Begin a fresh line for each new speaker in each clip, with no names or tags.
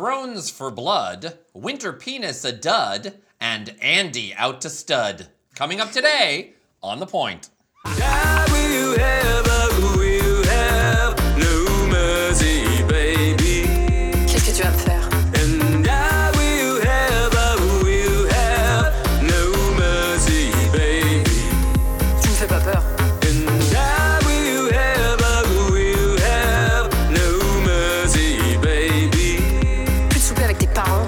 Thrones for Blood, Winter Penis a Dud, and Andy Out to Stud. Coming up today on The Point.
Qu'est-ce que tu vas me faire Tu me fais pas peur. Plus de souper avec tes parents.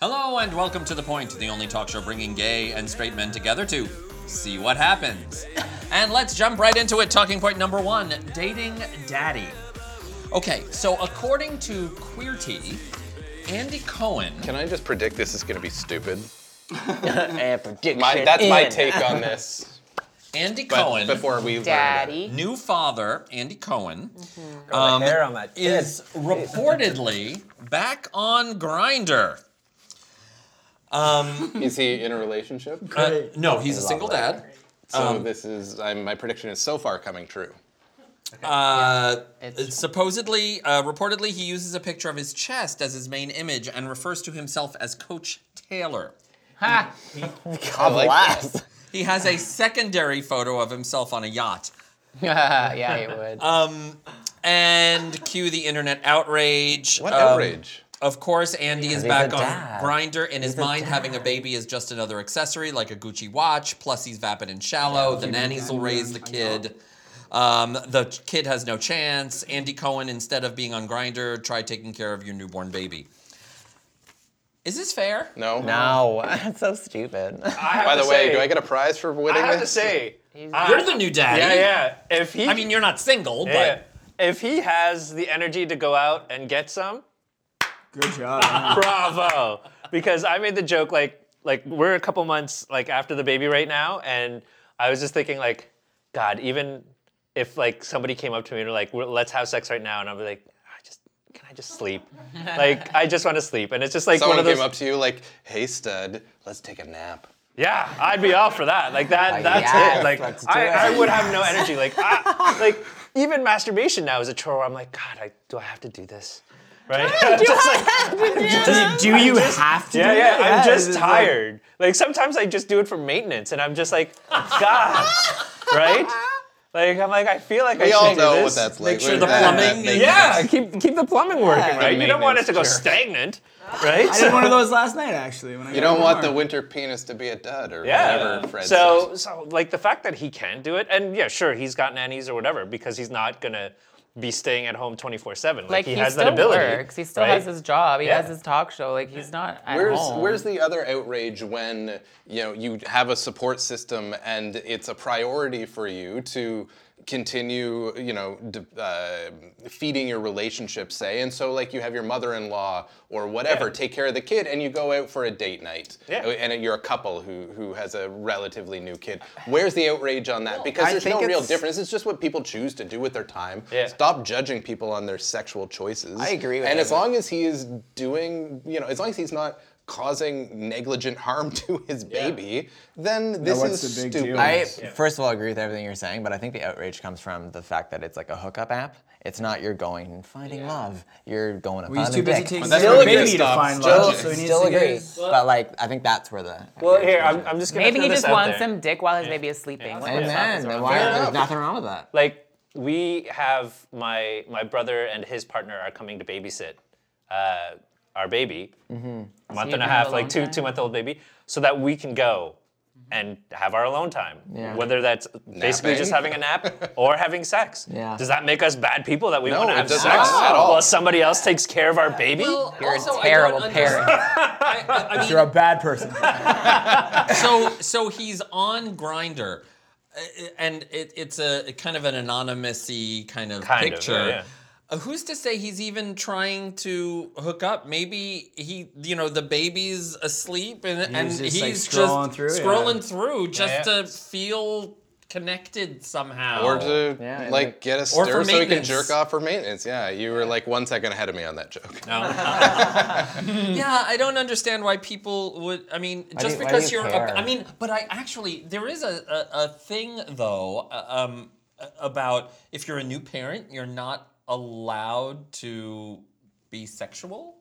Hello, and welcome to The Point, the only talk show bringing gay and straight men together to see what happens. And let's jump right into it. Talking point number one dating daddy. Okay, so according to Queerty, Andy Cohen.
Can I just predict this is going to be stupid?
And prediction.
My, that's my
in.
take on this.
Andy
But
Cohen,
before we learn it.
Daddy.
new father, Andy Cohen. um,
Got my Mm-hmm. hair on my
is reportedly back on Grinder.
is he in a relationship?
Uh, no, he's a single dad.
So this is I'm, my prediction is so far coming true.
Uh,
It's-
supposedly, uh, reportedly, he uses a picture of his chest as his main image and refers to himself as Coach Taylor.
Ha!
I like that.
Blast.
He has a secondary photo of himself on a yacht.
yeah, you would.
And cue the internet outrage.
What
Um,
outrage?
Of course, Andy is
he's
back
a
on
dad.
Grinder. In his
a
mind, having a baby is just another accessory, like a Gucci watch. Plus, he's vapid and shallow. the nannies will raise the kid. Um, the ch- kid has no chance. Andy Cohen, instead of being on Grinder, try taking care of your newborn baby. Is this fair?
No.
No, that's so stupid.
I have
By
to
the way,
say-
do I get a prize for
I
winning
have to
this?
say, uh,
You're the new daddy.
yeah, yeah. If he,
I mean, you're not single,
yeah, if he has the energy to go out and get some,
Good job.
bravo. Because I made the joke like, like we're a couple months like after the baby right now, and I was just thinking like, God, even if like somebody came up to me and were like, "Well, let's have sex right now, and I'd be like, I just, can I just sleep? like, I just want to sleep, and it's just like
Someone
one of those.
came up to you like, "Hey, stud, let's take a nap."
Yeah, I'd be all for that. Like that. That's
yes,
it. Like
let's do
I,
it.
I would have no energy. Like I, like even masturbation now is a chore. Where I'm like, God, I, do I have to do this? Right? just like,
do you have to? do
yeah, yeah.
that?
I'm
It's
just
like-
tired. Like, sometimes I just do it for maintenance, and I'm just like, God, right? Like I'm like I feel like
We
I should
all
do
know what
this.
that's like.
sure
We-
the
that- that
plumbing
makes-
is-
yeah, keep keep the plumbing working, right? You don't want it to go
Maintenance, sure.
stagnant, right?
I did one of those last night actually. When I
You don't want the winter penis to be a dud or whatever. Fred
so,
says.
so like the fact that he can do it, and yeah, sure, he's got nannies or whatever because he's not gonna be staying at home twenty four seven. Like,
like
he,
he,
has
still
that ability.
works. He still
right?
has his job. He
Yeah.
has his talk show. Like he's not at
Where's
home.
where's the other outrage when you know you have a support system and it's a priority for you to continue you know d- uh, feeding your relationship say and so like you have your mother-in-law or whatever
Yeah.
take care of the kid and you go out for a date night
Yeah.
Uh, and you're a couple who who has a relatively new kid where's the outrage on that because
I
there's
think
no real
it's-
difference it's just what people choose to do with their time
Yeah.
stop judging people on their sexual choices
I agree with
and
him.
as long long as he is doing, you know, as long as he's not causing negligent harm to his baby, then this is
what's the big
stupid.
deal?
I first of all agree with everything you're saying, but I think the outrage comes from the fact that it's like a hookup app. It's not you're going and finding love. You're going up
Well, he's
on
too
a
busy
dick.
taking
that's
care of
where
the
Peter
baby to
stops.
find
Still,
love, so he needs
still
to get-
agree, but like I think that's where the
Well, here I'm, I'm just gonna
Maybe
throw
he
this
just
out
wants
there.
some dick while his baby is sleeping. What the fuck
amen.
is wrong
Then
with
why
that?
there's nothing wrong with that?
Like we have my my brother and his partner are coming to babysit uh, our baby, month
you
and a
can have
half,
alone
like two
time?
two month old baby, so that we can go and have our alone time.
Yeah.
Whether that's basically
Napping?
just having a nap or having sex.
Yeah.
Does that make us bad people that we
No,
want to
it
have
does
sex
not at all.
while somebody else takes care of our baby?
You're a terrible parent.
You're a bad person.
so so he's on grinder and it, it's a kind of an anonymous-y kind of
Kind of,
picture
yeah, yeah.
Uh, who's to say he's even trying to hook up maybe he you know the baby's asleep and, and
just,
he's
like,
just
scrolling through, yeah.
scrolling through just
Yeah, yeah.
to feel connected somehow.
Or to
Yeah, and
like
like-
get a
Or
stir
for
so we can
maintenance.
jerk off for maintenance. Yeah, you were like one second ahead of me on that joke.
yeah, I don't understand why people would. Mm. I mean,
do
just
you- why do
because
you
you're.
care?
A, I mean, but I actually there is a a, a thing though uh, um, a- about if you're a new parent, you're not allowed to be sexual.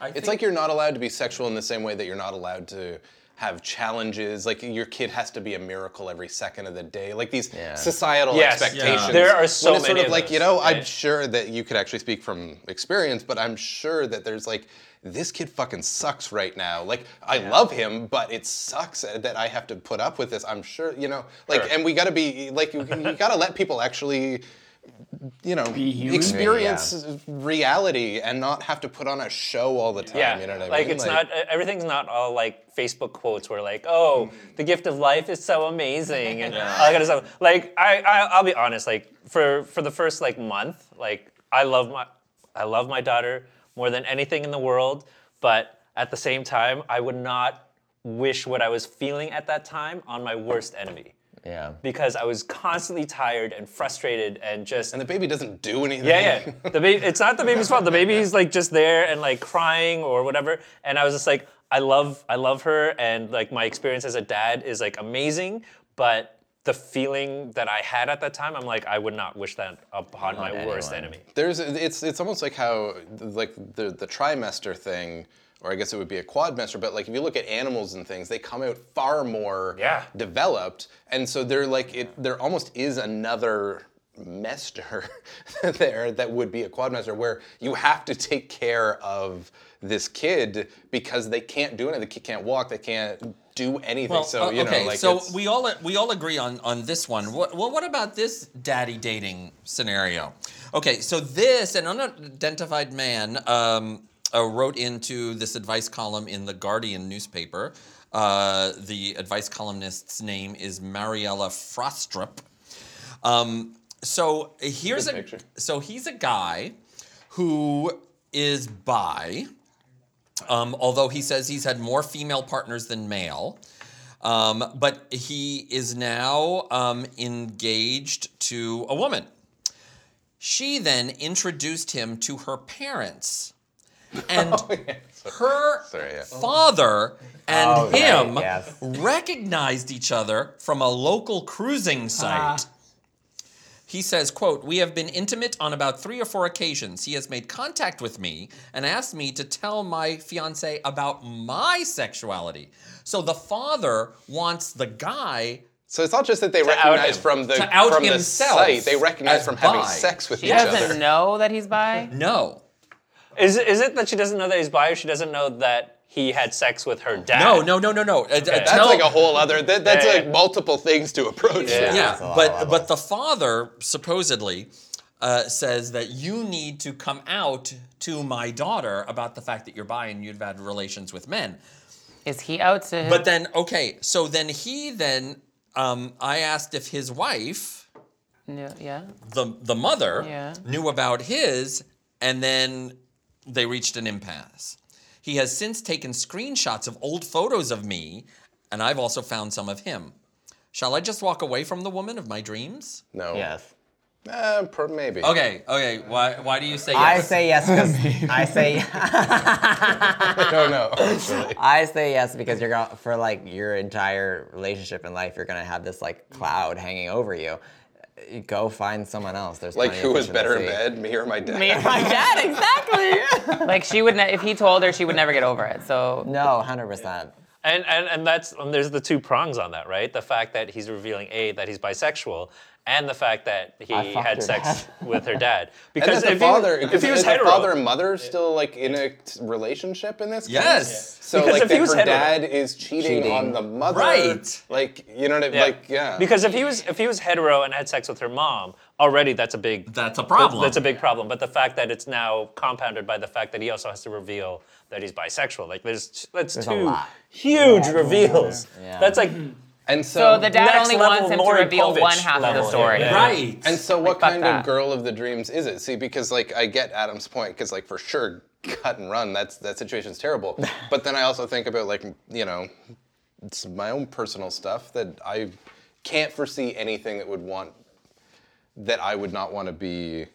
I
It's like you're not allowed to be sexual in the same way that you're not allowed to have challenges. Like your kid has to be a miracle every second of the day. Like these societal
Yes.
expectations.
Yeah.
There are so
When it's sort
many
of
of
like you
those,
know, I'm
right?
sure that you could actually speak from experience, but I'm sure that there's like this kid fucking sucks right now. Like I love him, but it sucks that I have to put up with this. I'm sure you know. Like
Sure.
and we got to be like you, you got to let people actually. You know,
human.
experience reality and not have to put on a show all the time.
Yeah,
you know what I
like
mean?
it's not e- everything's not all like Facebook quotes where like, oh,
Hmm.
the gift of life is so amazing and all that kind of stuff. Like I, I, I'll be honest, like for for the first like month, like I love my I love my daughter more than anything in the world, but at the same time, I would not wish what I was feeling at that time on my worst enemy
Yeah.
because I was constantly tired and frustrated and just
And the baby doesn't do anything.
yeah, yeah. The baby. It's not the baby's fault. The baby's like just there and like crying or whatever. And I was just like, I love, I love her, and like my experience as a dad is like amazing. But the feeling that I had at that time, I'm like, I would not wish that upon my worst
anyone.
enemy.
There's it's it's almost like how like the the trimester thing, or I guess it would be a quadmester. But like if you look at animals and things, they come out far more
Yeah.
developed, and so they're like it. There almost is another mester there that would be a quadmester where you have to take care of this kid because they can't do anything. The kid can't walk. They can't do anything. so
uh,
you
okay,
know, like
so
it's-
we all we all agree on on this one. What well, what about this daddy dating scenario? Okay, so this an unidentified man um, uh, wrote into this advice column in the Guardian newspaper. Uh, the advice columnist's name is Mariella Frostrup. Um, so here's a
picture.
so he's a guy who is bi. Um, although he says he's had more female partners than male. Um, but he is now um, engaged to a woman. She then introduced him to her parents. And
Oh,
her
Sorry, yeah.
father and
Oh, right,
him
yes.
recognized each other from a local cruising site. He says, quote, We have been intimate on about three or four occasions. He has made contact with me and asked me to tell my fiance about my sexuality. So the father wants the guy
So it's not just that they
out
recognize
him.
from the
To out
from the
himself
site, they
as
recognize from having
bi.
sex with
She
each
doesn't
other.
know that he's bi.
no.
Is it- is it that she doesn't know that he's bi, or she doesn't know that he had sex with her dad?
No, no, no, no, no. Uh, uh,
That's
That's
tell-
like a whole other. That, that's
Yeah, yeah.
like multiple things to approach.
yeah,
Yeah.
That's a lot of
but
levels.
but the father supposedly uh, says that you need to come out to my daughter about the fact that you're bi and you've had relations with men.
Is he out to him?
But then, okay, so then he then um, I asked if his wife,
No, yeah.
the the mother,
Yeah.
knew about his, and then they reached an impasse. He has since taken screenshots of old photos of me, and I've also found some of him. Shall I just walk away from the woman of my dreams?
No.
Yes.
Uh, per, maybe.
Okay, okay. Why why do you say
I
yes?
say yes because I say
I don't know. actually.
I say yes because you're going to for like your entire relationship in life you're gonna have this like cloud hanging over you. Go find someone else. There's
Like
plenty
who
of
was
fish
better
in
in
the sea.
bed, me or my dad?
Me and my dad, exactly.
Like she would, ne- if he told her, she would never get over it. So
no, hundred percent.
And and and that's and there's the two prongs on that, right? The fact that he's revealing a that he's bisexual, and the fact that he
I fucked
had
her
sex
dad.
with her dad.
And
Because
that the
if
father,
he, if
because
he was
the
hetero,
father and mother are still like in a t- relationship in this.
Yes.
case? So
Because
like
if he
that
was
her
hetero-
dad is cheating,
Cheating.
on the mother.
Right.
Like you know what I mean?
yeah.
Like yeah.
Because if he was if he was hetero and had sex with her mom, already that's a big
That's a problem.
That's a big problem. But the fact that it's now compounded by the fact that he also has to reveal that he's bisexual, like there's that's
a
two
lot.
huge reveals.
Yeah.
That's like
and
So the dad
Next
only
level
wants him to
Maury
reveal
Povich
one half of the
level,
story.
yeah, yeah.
right.
And so, what
fuck
kind
that.
of girl of the dreams is it? See, because like I get Adam's point, because like for sure, cut and run. That's that situation's terrible. but then I also think about like you know, it's my own personal stuff that I can't foresee anything that would want that I would not want to be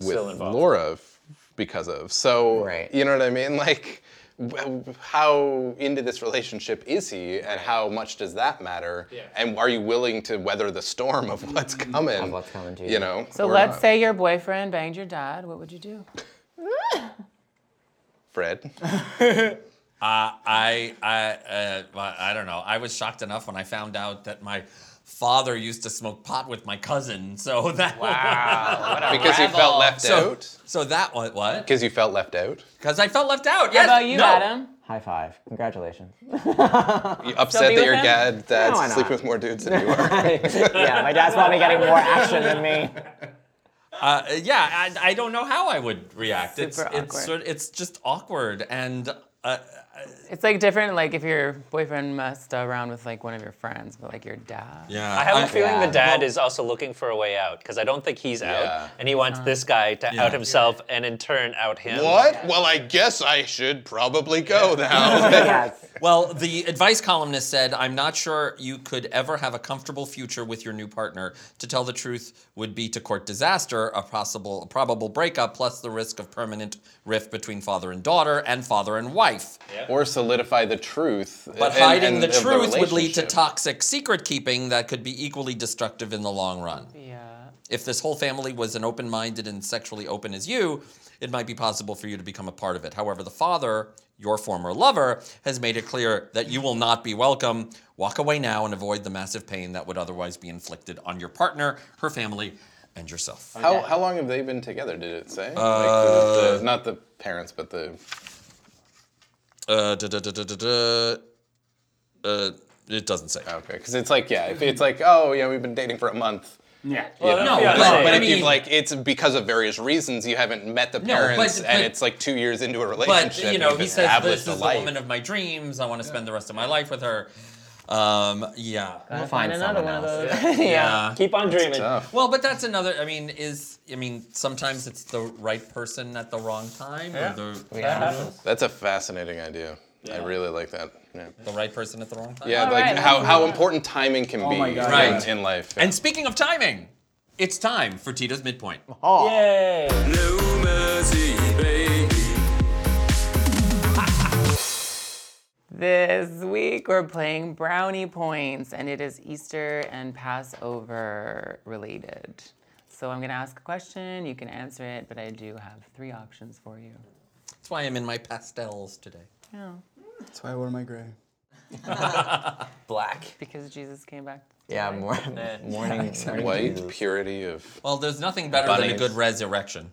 with
Still involved.
Laura f- because of. So
Right.
you know what I mean? Like w- how into this relationship is he and how much does that matter? And are you willing to weather the storm of what's coming?
Mm-hmm. Of what's coming to you.
You know.
So
or
let's
not?
say your boyfriend banged your dad. What would you do?
Fred.
I I uh, I I don't know. I was shocked enough when I found out that my father used to smoke pot with my cousin. So that
Because you felt left
so,
out.
so that one what?
Because you felt left out.
Because I felt left out.
How
Yes.
about you,
no.
Adam?
High five. Congratulations.
You upset that
be with
your
him?
dad dad's
why not?
sleeping with more dudes than you are.
yeah, my dad's probably getting more action than me.
Uh, yeah, I, I don't know how I would react. it's
Super
it's
awkward.
sort it's just awkward and uh,
It's like different, like if your boyfriend messed around with like one of your friends, but like your dad.
yeah.
I have a feeling
yeah.
the dad is also looking for a way out because I don't think he's
Yeah.
out, and he wants this guy to
Yeah.
out himself and in turn out him.
What? Well, I guess I should probably go now.
Yes.
Well, the advice columnist said, I'm not sure you could ever have a comfortable future with your new partner. To tell the truth would be to court disaster, a possible a probable breakup, plus the risk of permanent rift between father and daughter and father and wife.
or solidify the truth.
But
and-
hiding
and
the
of
truth would lead to
relationship.
toxic secret keeping that could be equally destructive in the long run.
Yeah.
If this whole family was an open minded and sexually open as you, it might be possible for you to become a part of it. However, the father, your former lover, has made it clear that you will not be welcome. Walk away now and avoid the massive pain that would otherwise be inflicted on your partner, her family, and yourself.
How, how long have they been together, did it say? like the, the, not the parents, but the.
Uh, duh, duh, duh, duh, duh, duh. Uh, it doesn't say.
Okay, because it's like, yeah, if it's like, oh, yeah, we've been dating for a month.
Yeah.
No, but,
Yeah, but
but I
if you've
mean,
like, it's because of various reasons you haven't met the
No,
parents,
but-
and
but-
it's like two years into a relationship.
but you know,
you've
he says
established
this
a
is the
life."
woman of my dreams. I want to spend the rest of my life with her. Um, yeah.
We'll
Find
find
another
someone
one of
else.
those.
yeah.
Keep on dreaming.
Tough.
Well, but that's another. I mean, is I mean, sometimes it's the right person at the wrong time,
Yeah.
or the,
That happens.
That's a fascinating idea. I really like that. Yeah,
the right person at the wrong time.
yeah
All
like
right,
how,
let's
how important timing can be
my God.
in-
Right.
in, life.
And speaking of timing, it's time for Tito's midpoint.
Yay!
This week we're playing brownie points, and it is Easter and Passover related. So I'm gonna ask a question. You can answer it, but I do have three options for you.
That's why I'm in my pastels today.
Yeah.
That's why I wore my gray.
Black.
Because Jesus came back.
Yeah, more, morning. morning
White
Jesus.
purity of
Well, there's nothing better than a
Bunnies.
good resurrection.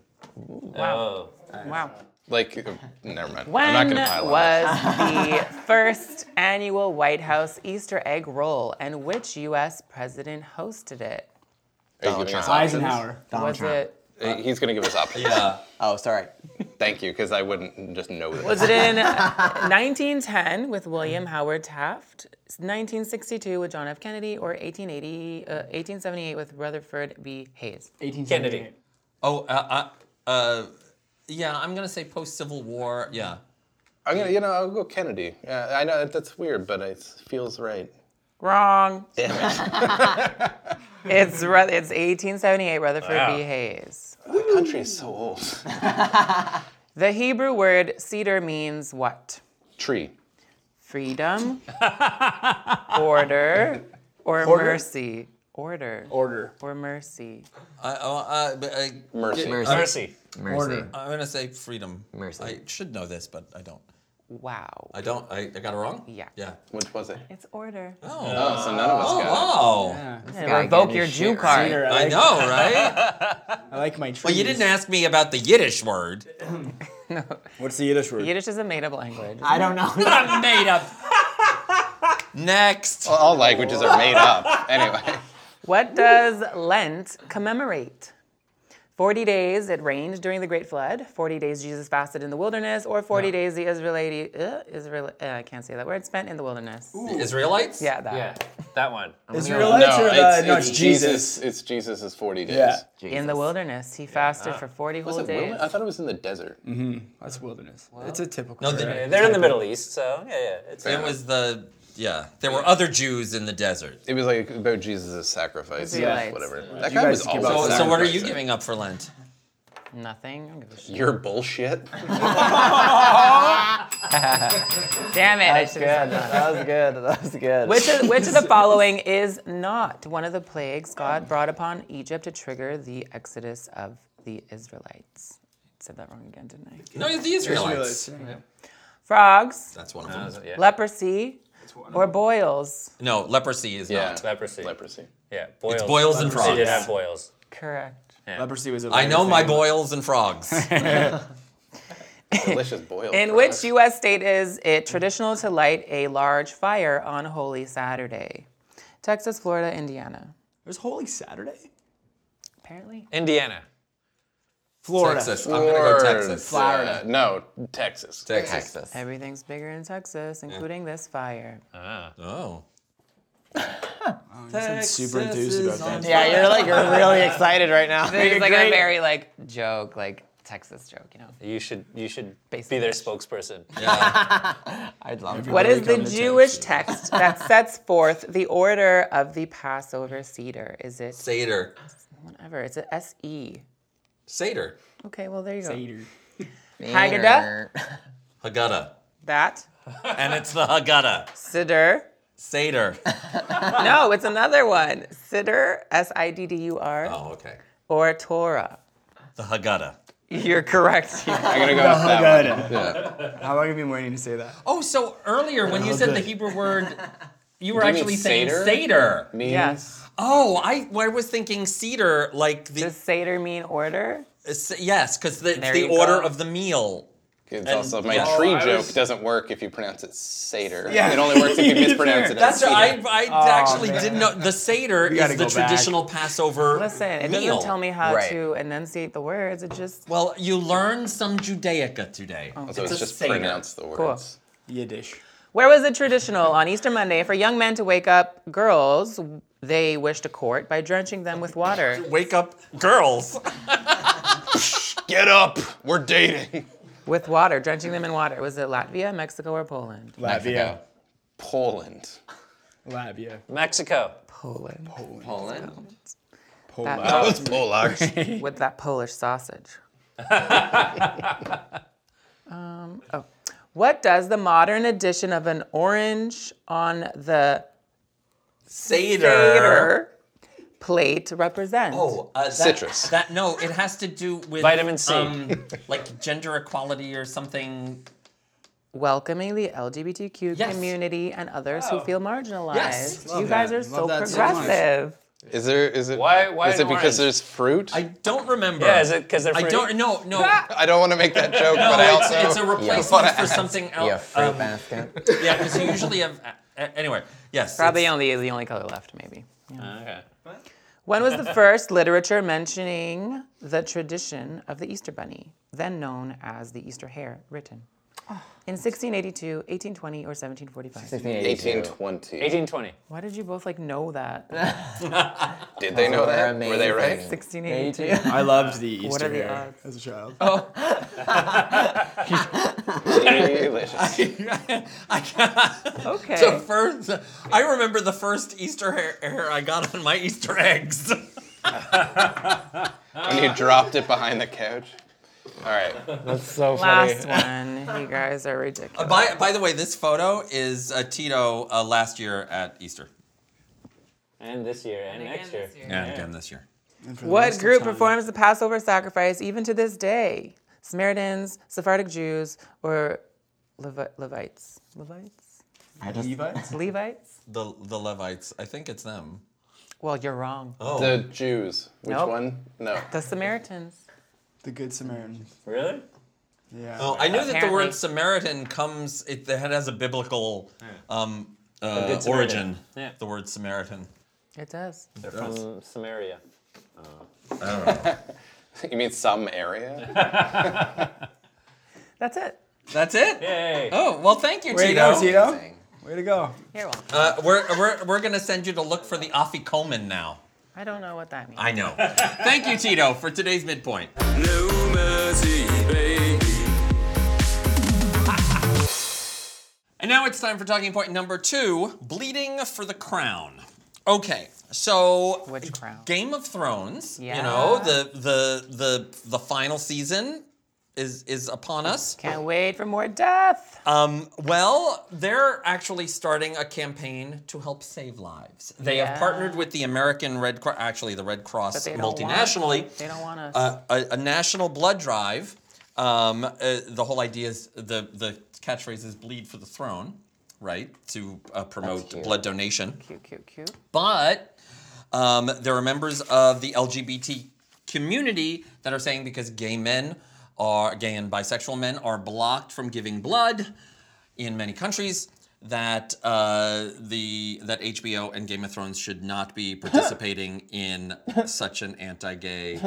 Oh.
Wow.
Like, uh, never mind.
When
I'm not going to pile on. it.
was the first annual White House Easter egg roll, and which U.S. president hosted it?
Are you giving us options?
Eisenhower.
Donald
Was
Trump.
it
Uh, He's going to give us options.
Yeah.
Oh, sorry.
Thank you, because I wouldn't just know this.
Was it in 1910 with William Howard Taft, 1962 with John F. Kennedy, or 1880, uh, 1878 with Rutherford B. Hayes?
1878.
Kennedy.
Oh, uh, uh, uh, yeah. I'm gonna say post Civil War. Yeah.
I'm gonna, you know, I'll go Kennedy. Yeah, I know that- that's weird, but it feels right.
Wrong.
Damn it.
It's Ru- it's 1878 Rutherford
Wow.
B. Hayes.
the country is so old.
The Hebrew word cedar means what?
Tree.
Freedom, order, or mercy. Order.
Order.
Or mercy.
I, uh, uh, but, uh,
Mercy.
Mercy.
Mercy.
Mercy.
Order.
I'm gonna say freedom.
Mercy.
I should know this, but I don't.
Wow.
I don't. I, I got it wrong.
Yeah.
Yeah.
Which was it?
It's order.
Oh.
So none of us
Oh,
got
wow.
Yeah.
Gotta
Revoke
get
your
his
Jew
shit
card.
Cedar, I,
I
like,
know, right?
I like my trees.
Well, you didn't ask me about the Yiddish word.
What's the Yiddish word?
Yiddish is a made-up language.
I don't know.
I'm made up. Next.
it. All languages are made up. Anyway.
What does Lent commemorate? 40 days it rained during the Great Flood, 40 days Jesus fasted in the wilderness, or 40 days the Israelite, uh, Israel, uh, I can't say that word, spent in the wilderness.
Oh.
The Israelites?
Yeah, that.
Yeah, that one.
Israelites or the, no, it's, Jesus.
It's Jesus is 40 days.
Yeah.
In the wilderness, he fasted for 40
Ah. Was
whole
it
days.
wilderness? I thought it was in the desert.
That's wilderness. it's a typical.
No,
word.
the-
They're in the Middle East, so yeah, yeah. It's
it was the yeah, there were other Jews in the desert.
It was like about Jesus' sacrifice,
It's
yeah.
Israelites.
whatever.
Yeah.
That
You
guy
guys
was
keep
also.
up
So,
with
so what are you
sacrificing.
giving up for Lent?
Nothing. I don't give a shit.
Your bullshit.
Damn it! I should have said that.
That was good. That was good.
Which of, which of the following is not one of the plagues God brought upon Egypt to trigger the exodus of the Israelites? Said that wrong again, didn't I?
No, the Israelites.
Frogs,
That's one of
Uh,
them.
Yeah.
leprosy, or boils.
No, leprosy is
Yeah.
not.
Leprosy.
Leprosy.
yeah. Boils.
boils and
They did
frogs.
have boils.
Correct.
Leprosy was. a
I
later
know my
thing.
boils and frogs.
Delicious boiled.
In
fries.
which U.S. state is it traditional to light a large fire on Holy Saturday? Texas, Florida, Indiana.
It was Holy Saturday.
Apparently.
Indiana.
Florida.
Texas. I'm gonna go Texas.
Florida. no, Texas.
Texas.
Everything's bigger in Texas, including this fire.
Oh.
I'm super enthused about that.
Yeah, you're like you're really excited right now.
It's like
great-
a very like joke, like Texas joke, you know.
You should you should
Based
be
on
their
that.
spokesperson.
I'd love to.
What is the
come to
Jewish text that sets forth the order of the Passover Seder? Is it
Seder.
whatever? It's a S E.
Seder.
Okay, well there you go.
Eater.
Haggadah?
Haggadah.
That
And it's the Haggadah.
Siddur.
Seder.
No, it's another one. Siddur, S I D D U R,
Oh, okay.
or Torah.
The Haggadah.
You're correct.
I'm gonna go with that one.
Haggadah. How long have you been waiting to say that?
Oh, so earlier when
Oh,
you said the Hebrew word, you were
Do you mean
actually saying
Seder?
Seder.
Means
yes.
Oh, I, well, I was thinking cedar, like the uh,
Does Seder mean order?
s- yes, because the, it's
There
the
you go.
order of the meal.
It's
And-
also my
yeah.
tree
Oh, I
joke
was-
doesn't work if you pronounce it Seder.
Yeah.
It only works if you mispronounce it. as
That's right.
Seder.
I, I actually
Oh, man.
didn't know the seder
gotta
is the
go back.
traditional Passover
Listen, it
meal.
doesn't tell me how
Right.
to enunciate the words. It just
Well, you learned some Judaica today.
Oh.
So it's,
a
just
Seder.
pronounce the words.
Yiddish.
Where was it traditional on Easter Monday for young men to wake up girls they wish to court by drenching them with water?
Wake up, girls.
Get up! We're dating.
with water, drenching them in water. Was it Latvia, Mexico, or Poland?
Latvia.
Poland.
Latvia.
Mexico.
Poland.
Poland.
That-
Those Polacks.
with that Polish sausage. um, oh. What does the modern edition of an orange on the
Seder.
Seder plate represent?
Oh, uh, that,
Citrus.
That no, it has to do with
Vitamin C.
um, like gender equality or something.
Welcoming the LGBTQ
Yes.
community and others who feel marginalized.
Yes.
You guys are so
that so much.
progressive.
Is there? Is it?
Why- why
is it
an
because
orange?
there's fruit?
I
I,
don't remember.
Yeah, is it because they're
I
free?
don't. No, no.
don't want to make that joke,
No,
but I
it's,
also
it's a replacement for something else.
Yeah, fruit
Um,
basket.
yeah, because you usually have. Uh, anyway, yes.
Probably
it's-
only the only color left, maybe.
Okay.
When was the first literature mentioning the tradition of the Easter Bunny, then known as the Easter Hare, written? In 1682, 1820, or 1745.
1820.
1820.
Why did you both like know that?
Did they know that? Were they right?
amazing.
1682.
I loved the Oh, Easter
What are the
hare
odds?
as a child.
Delicious.
Okay.
The first, I remember the first Easter hair, hair I got on my Easter eggs.
and you dropped it behind the couch. All right.
So funny.
Last one. You guys are ridiculous.
by, by the way, this photo is uh, Tito uh, last year at Easter,
And this year and, next year.
and again this year.
What group performs the Passover sacrifice even to this day? Samaritans, Sephardic Jews, or Levi- Levites? Levites?
I just,
Levites?
Levites?
The the Levites, I think it's them.
Well, you're wrong.
The Jews. Which
Nope.
one? No.
The Samaritans.
The Good Samaritan.
Really?
Yeah.
Oh, I knew that the
Apparently.
word Samaritan comes. It, it has a biblical um, uh,
good Samaritan.
origin.
Yeah.
The word Samaritan.
It does.
They're
Hmm.
from Samaria.
Oh.
You mean some area?
That's it.
That's it.
Hey.
Oh well, thank you,
Way to
Tito.
go, Tito. Way to go.
You're welcome.
Uh, we're, we're, we're gonna send you to look for the Afi Komen now.
I don't know what that means.
I know. Thank you, Tito, for today's midpoint. And now it's time for talking point number two bleeding for the crown. Okay, so
Which crown?
Game of Thrones, you know,
Yeah.
the the the the final season is is upon us.
Can't wait for more death.
Um, well, they're actually starting a campaign to help save lives. They have
Yeah.
partnered with the American Red Cross, actually the Red Cross
they don't want-
multinationally,
they don't want us.
uh, a, a national blood drive. Um, uh, the whole idea is the the catchphrase is "Bleed for the Throne," right? To uh, promote
cute.
blood donation
cute, cute, cute.
but um, there are members of the LGBT community that are saying because gay men are gay and bisexual men are blocked from giving blood in many countries that uh, the that HBO and Game of Thrones should not be participating in such an anti-gay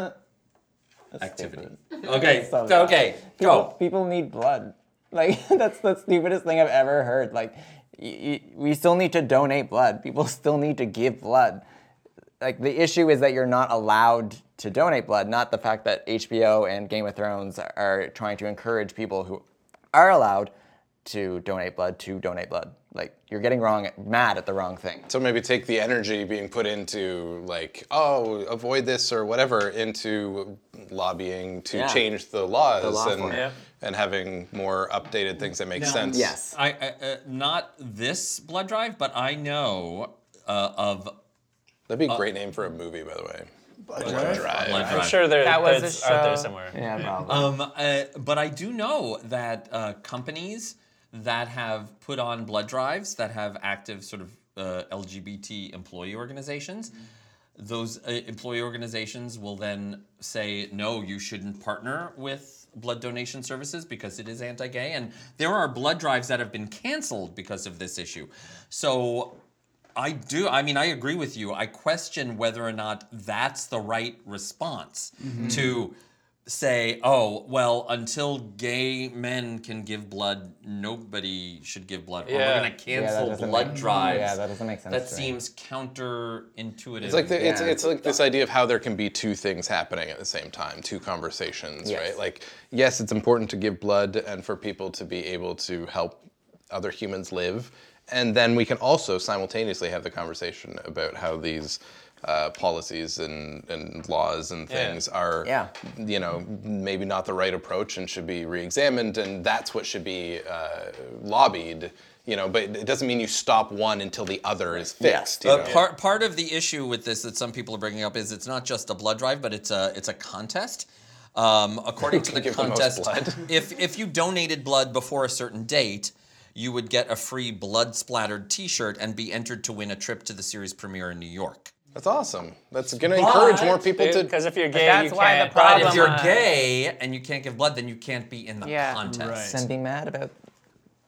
activity. Okay,
so bad.
okay,
People,
go.
people need blood. Like that's the stupidest thing I've ever heard. Like y- y- we still need to donate blood. People still need to give blood. Like the issue is that you're not allowed to donate blood, not the fact that HBO and Game of Thrones are trying to encourage people who are allowed to donate blood to donate blood. Like you're getting wrong mad at the wrong thing.
So maybe take the energy being put into like, oh, avoid this or whatever, into lobbying to
Yeah.
change the laws
law
and
for it.
Yeah.
and having more updated things that make sense.
Yes.
I, I uh, not this blood drive, but I know uh, of
that'd be a great name for a movie, by the way. Blood, Drive.
blood
I'm
drive.
sure there,
That was a
that's out there
show.
somewhere.
Yeah, probably.
Um, uh, but I do know that uh, companies that have put on blood drives that have active sort of uh, LGBT employee organizations, those uh, employee organizations will then say, no, you shouldn't partner with blood donation services because it is anti gay. And there are blood drives that have been canceled because of this issue. So I do. I mean, I agree with you. I question whether or not that's the right response
Mm-hmm.
to say, oh, well, until gay men can give blood, nobody should give blood. Or
Yeah.
we're going to
Yeah, that
cancel
doesn't
blood
make-
drives.
Yeah, that doesn't make sense.
That
to me.
seems counterintuitive.
It's like the, it's,
Yeah.
it's like this idea of how there can be two things happening at the same time, two conversations,
Yes.
right? Like, yes, it's important to give blood and for people to be able to help other humans live, and then we can also simultaneously have the conversation about how these uh, policies and, and laws and things are,
Yeah.
you know, maybe not the right approach and should be reexamined, and that's what should be uh, lobbied. You know, but it doesn't mean you stop one until the other is fixed. you
Uh,
know?
part part of the issue with this that some people are bringing up is it's not just a blood drive, but it's a it's a contest. Um, according to the
Give the most
contest,
blood.
if if you donated blood before a certain date, you would get a free blood splattered T-shirt and be entered to win a trip to the series premiere in New York.
That's awesome. That's going to encourage more people to.
Because if you're gay,
that's
you
why the
can't.
problem-
But if you're
Problema.
gay and you can't give blood, then you can't be in the
Yeah.
contest.
and be mad about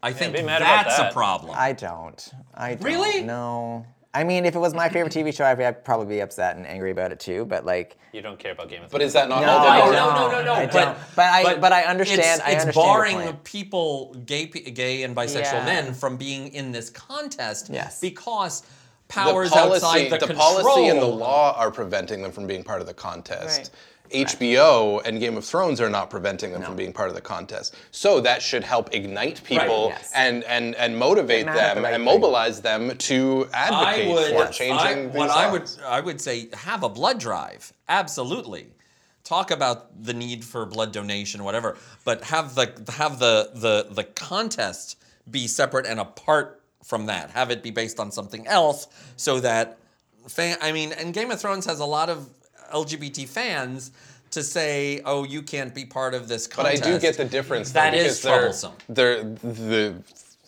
I think
be mad about
that's a
that.
problem.
I don't. I don't.
Really?
No. I mean, if it was my favorite TV show, I'd, be- I'd probably be upset and angry about it too. But like,
you don't care about Game of Thrones.
But is that not
No,
all
I
that
don't.
is?
Oh, no, no, no, no.
I
but,
don't. But I- but I understand-
It's,
I
it's
understand your
barring
point.
people, gay, pe- gay and bisexual
Yeah.
men, from being in this contest.
Yes.
Because powers outside the, control.
policy and the law are preventing them from being part of the contest. HBO and Game of Thrones are not preventing them from being part of the contest. So that should help ignite people
yes.
and, and, and motivate
They're not at
them
the right
and
thing.
mobilize them to
I
advocate
would.
for changing
I,
these
what I would.
laws.
I would say have a blood drive. Absolutely. Talk about the need for blood donation, whatever. But have the have the the the contest be separate and apart from that. Have it be based on something else, so that fan. I mean, and Game of Thrones has a lot of LGBT fans to say, "Oh, you can't be part of this
But I
contest."
do get the difference. though,
That is
because they're-
troublesome.
They're, the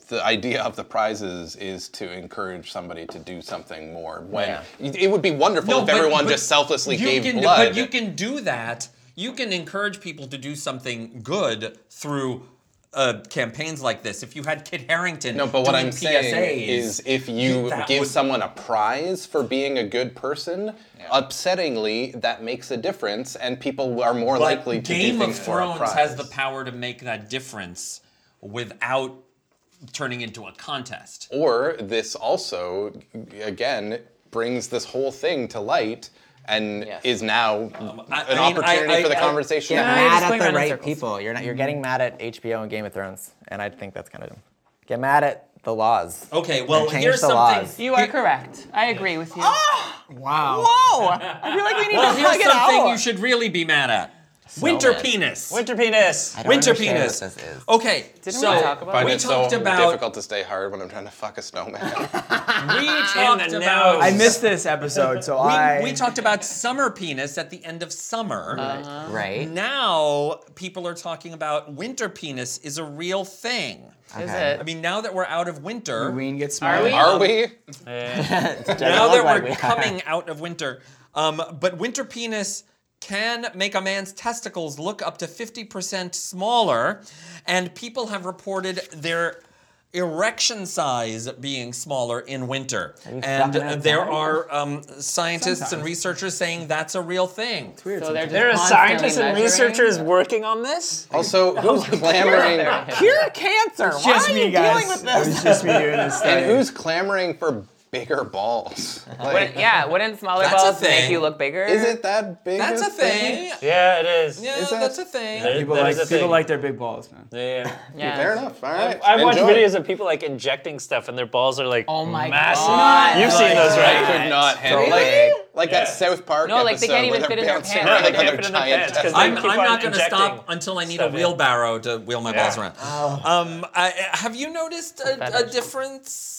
the idea of the prizes is to encourage somebody to do something more. When it would be wonderful if
but-
everyone
but
just selflessly
you
gave
can,
blood.
But you can do that. You can encourage people to do something good through uh, campaigns like this. If you had Kit Harrington,
no, but what
doing
I'm
PSAs,
saying is, if you
that
give
would-
someone a prize for being a good person, upsettingly, that makes a difference, and people are more
but
likely to do
Game of
things for a
Thrones
prize.
has the power to make that difference without turning into a contest.
Or this also, again, brings this whole thing to light and
Yes.
is now
I-
an
I mean,
opportunity
I-
for the
I- I-
conversation.
Yeah.
mad
just
at
going
the
around in
right
circles.
Mm-hmm.
people. You're not. You're getting mad at HBO and Game of Thrones, and I think that's kind of dumb. Get mad at the laws.
Okay, well,
Change
here's
the
something.
laws.
You are correct. I agree with you.
Wow.
Whoa! I feel like we need
Well,
to
here's
plug it
something you
out.
should really be mad at. Winter
bad.
penis.
Winter penis.
I don't
Winter
understand
penis. Oh.
What this is.
Okay,
Didn't
so
we talk about
Find
we
it so
talked about
difficult to stay hard when I'm trying to fuck a snowman.
we talked
the
about
nose.
I missed this episode, so I.
we, we talked about summer penis at the end of summer.
Uh-huh. Right.
Mm, Now people are talking about winter penis is a real thing.
Is
Okay.
it?
I mean, now that we're out of winter,
Ween gets
Are
smart.
we?
Are we?
now
look
that
like
we're
we are.
coming out of winter, um, but winter penis can make a man's testicles look up to 50% smaller, and people have reported their erection size being smaller in winter. And
sucking it
there
down?
are um, scientists and researchers saying that's a real thing.
So they're just
There are
constantly
scientists and
measuring.
researchers working on this.
Also, who's clamoring?
Cure cancer. Why
Just
are
me,
you
guys.
dealing with
It
this?
was just me doing this thing.
And who's clamoring for bigger balls?
Wouldn't-
Like,
yeah, wouldn't smaller
That's a
balls make
thing.
you look bigger?
is it that big?
That's a thing.
Yeah, it is.
Yeah,
that-
that's a thing.
There-
people
that
like
is a
people
thing.
like their big balls, man.
Yeah.
Yeah.
Fair enough. All right.
I've watched
Enjoy.
videos of people like injecting stuff and their balls are like
Oh my
massive.
God.
You've seen those,
I
right?
could not handle
Really?
like like that South Park
No,
episode
like, they can't
where
even
they're
fit in their
bouncing
pants.
around
They
on
can't
their
fit in their
giant
pants 'cause
testicles.
they-
I'm,
keep
I'm
on
not going to
injecting
stop until I need a
stuff in.
wheelbarrow to wheel my balls
Yeah.
around.
Oh.
Um, I, I- have you noticed a, a
fetish.
difference?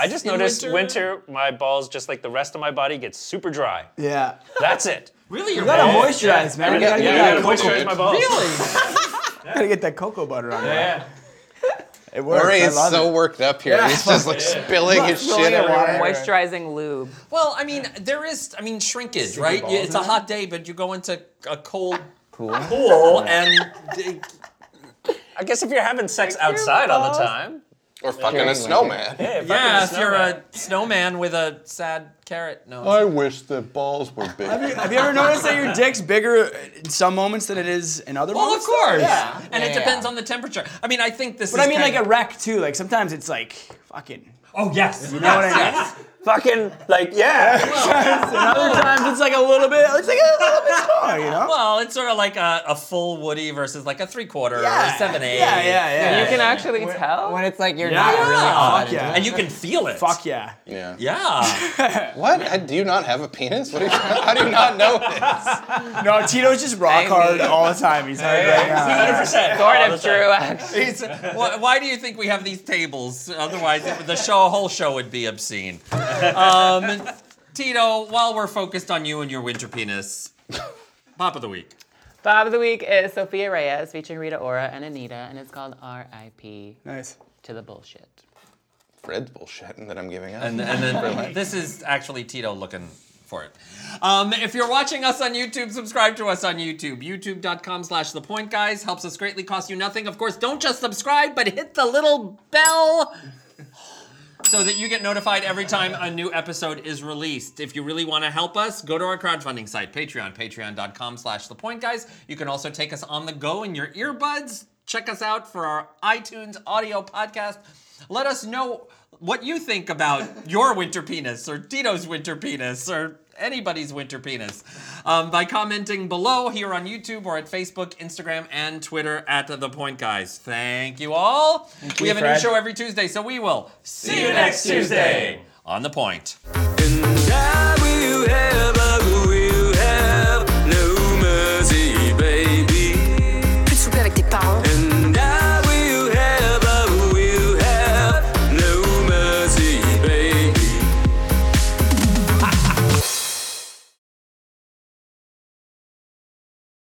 I just
in
noticed winter? my balls, just like the rest of my body, get super dry.
Yeah.
That's it.
Really, you're
You gotta
right.
moisturize, man. You
Yeah,
gotta,
yeah,
get
yeah,
that
yeah.
cocoa,
Moisturize my balls.
gotta get that cocoa butter on
Yeah.
there. It works.
Murray
I
is
love
so
it.
worked up here. He's just like spilling his shit everywhere.
Moisturizing lube.
Well, I mean, there is, I mean, shrinkage, right? It's a hot day, but you go into a cold
Cool.
pool and d-
I guess if you're having sex outside all the
balls.
time.
Or fucking a snowman.
Yeah, if
yeah,
I'm
if
a
you're
snowman.
a snowman with a sad carrot nose.
wish the balls were big.
Have you ever noticed that your dick's bigger in some moments than it is in other
well, of
moments?
course.
Yeah.
And it
Yeah, yeah,
depends
yeah.
on the temperature. I mean, I think this
But
is
I mean, like
kind
a
of-
wreck too. Like sometimes it's like fucking.
Oh, yes. You
know what I mean?
fucking like yeah.
and other times it's like a little bit. It's like a little bit smaller, you know.
Well, it's sort of like a, a full Woody versus like a three quarter or
Yeah.
a seven eight.
Yeah, yeah, yeah.
You can actually tell.
When it's like you're
Yeah.
not really on.
Fuck yeah.
And you can feel it.
Fuck yeah.
yeah.
Yeah.
What? I- Do you not have a penis? What are you, how do you not know this?
No, Tito's just rock hard all the time. He's hard right now.
100%.
Sort of true, actually.
It's- why, why do you think we have these tables? Otherwise, it- the show, whole show would be obscene. Um, Tito, while we're focused on you and your winter penis, pop of the week.
Bob of the Week is Sophia Reyes featuring Rita Ora and Anita, and it's called RIP
Nice.
to the Bullshit.
Fred's bullshit that I'm giving up.
And, and then this is actually Tito looking for it. Um, if you're watching us on YouTube, subscribe to us on YouTube. YouTube.com slash The Point Guys helps us greatly, costs you nothing. Of course, don't just subscribe, but hit the little bell so that you get notified every time a new episode is released. If you really want to help us, go to our crowdfunding site, Patreon, patreon.com slash The Point Guys. You can also take us on the go in your earbuds. Check us out for our iTunes audio podcast. Let us know what you think about your winter penis or Tito's winter penis or anybody's winter penis um, by commenting below here on YouTube or at Facebook, Instagram, and Twitter at The Point Guys. Thank you all. we
you,
have a new
Fred.
show every Tuesday, so we will see you next Tuesday on The Point.
Plus de souper avec tes parents.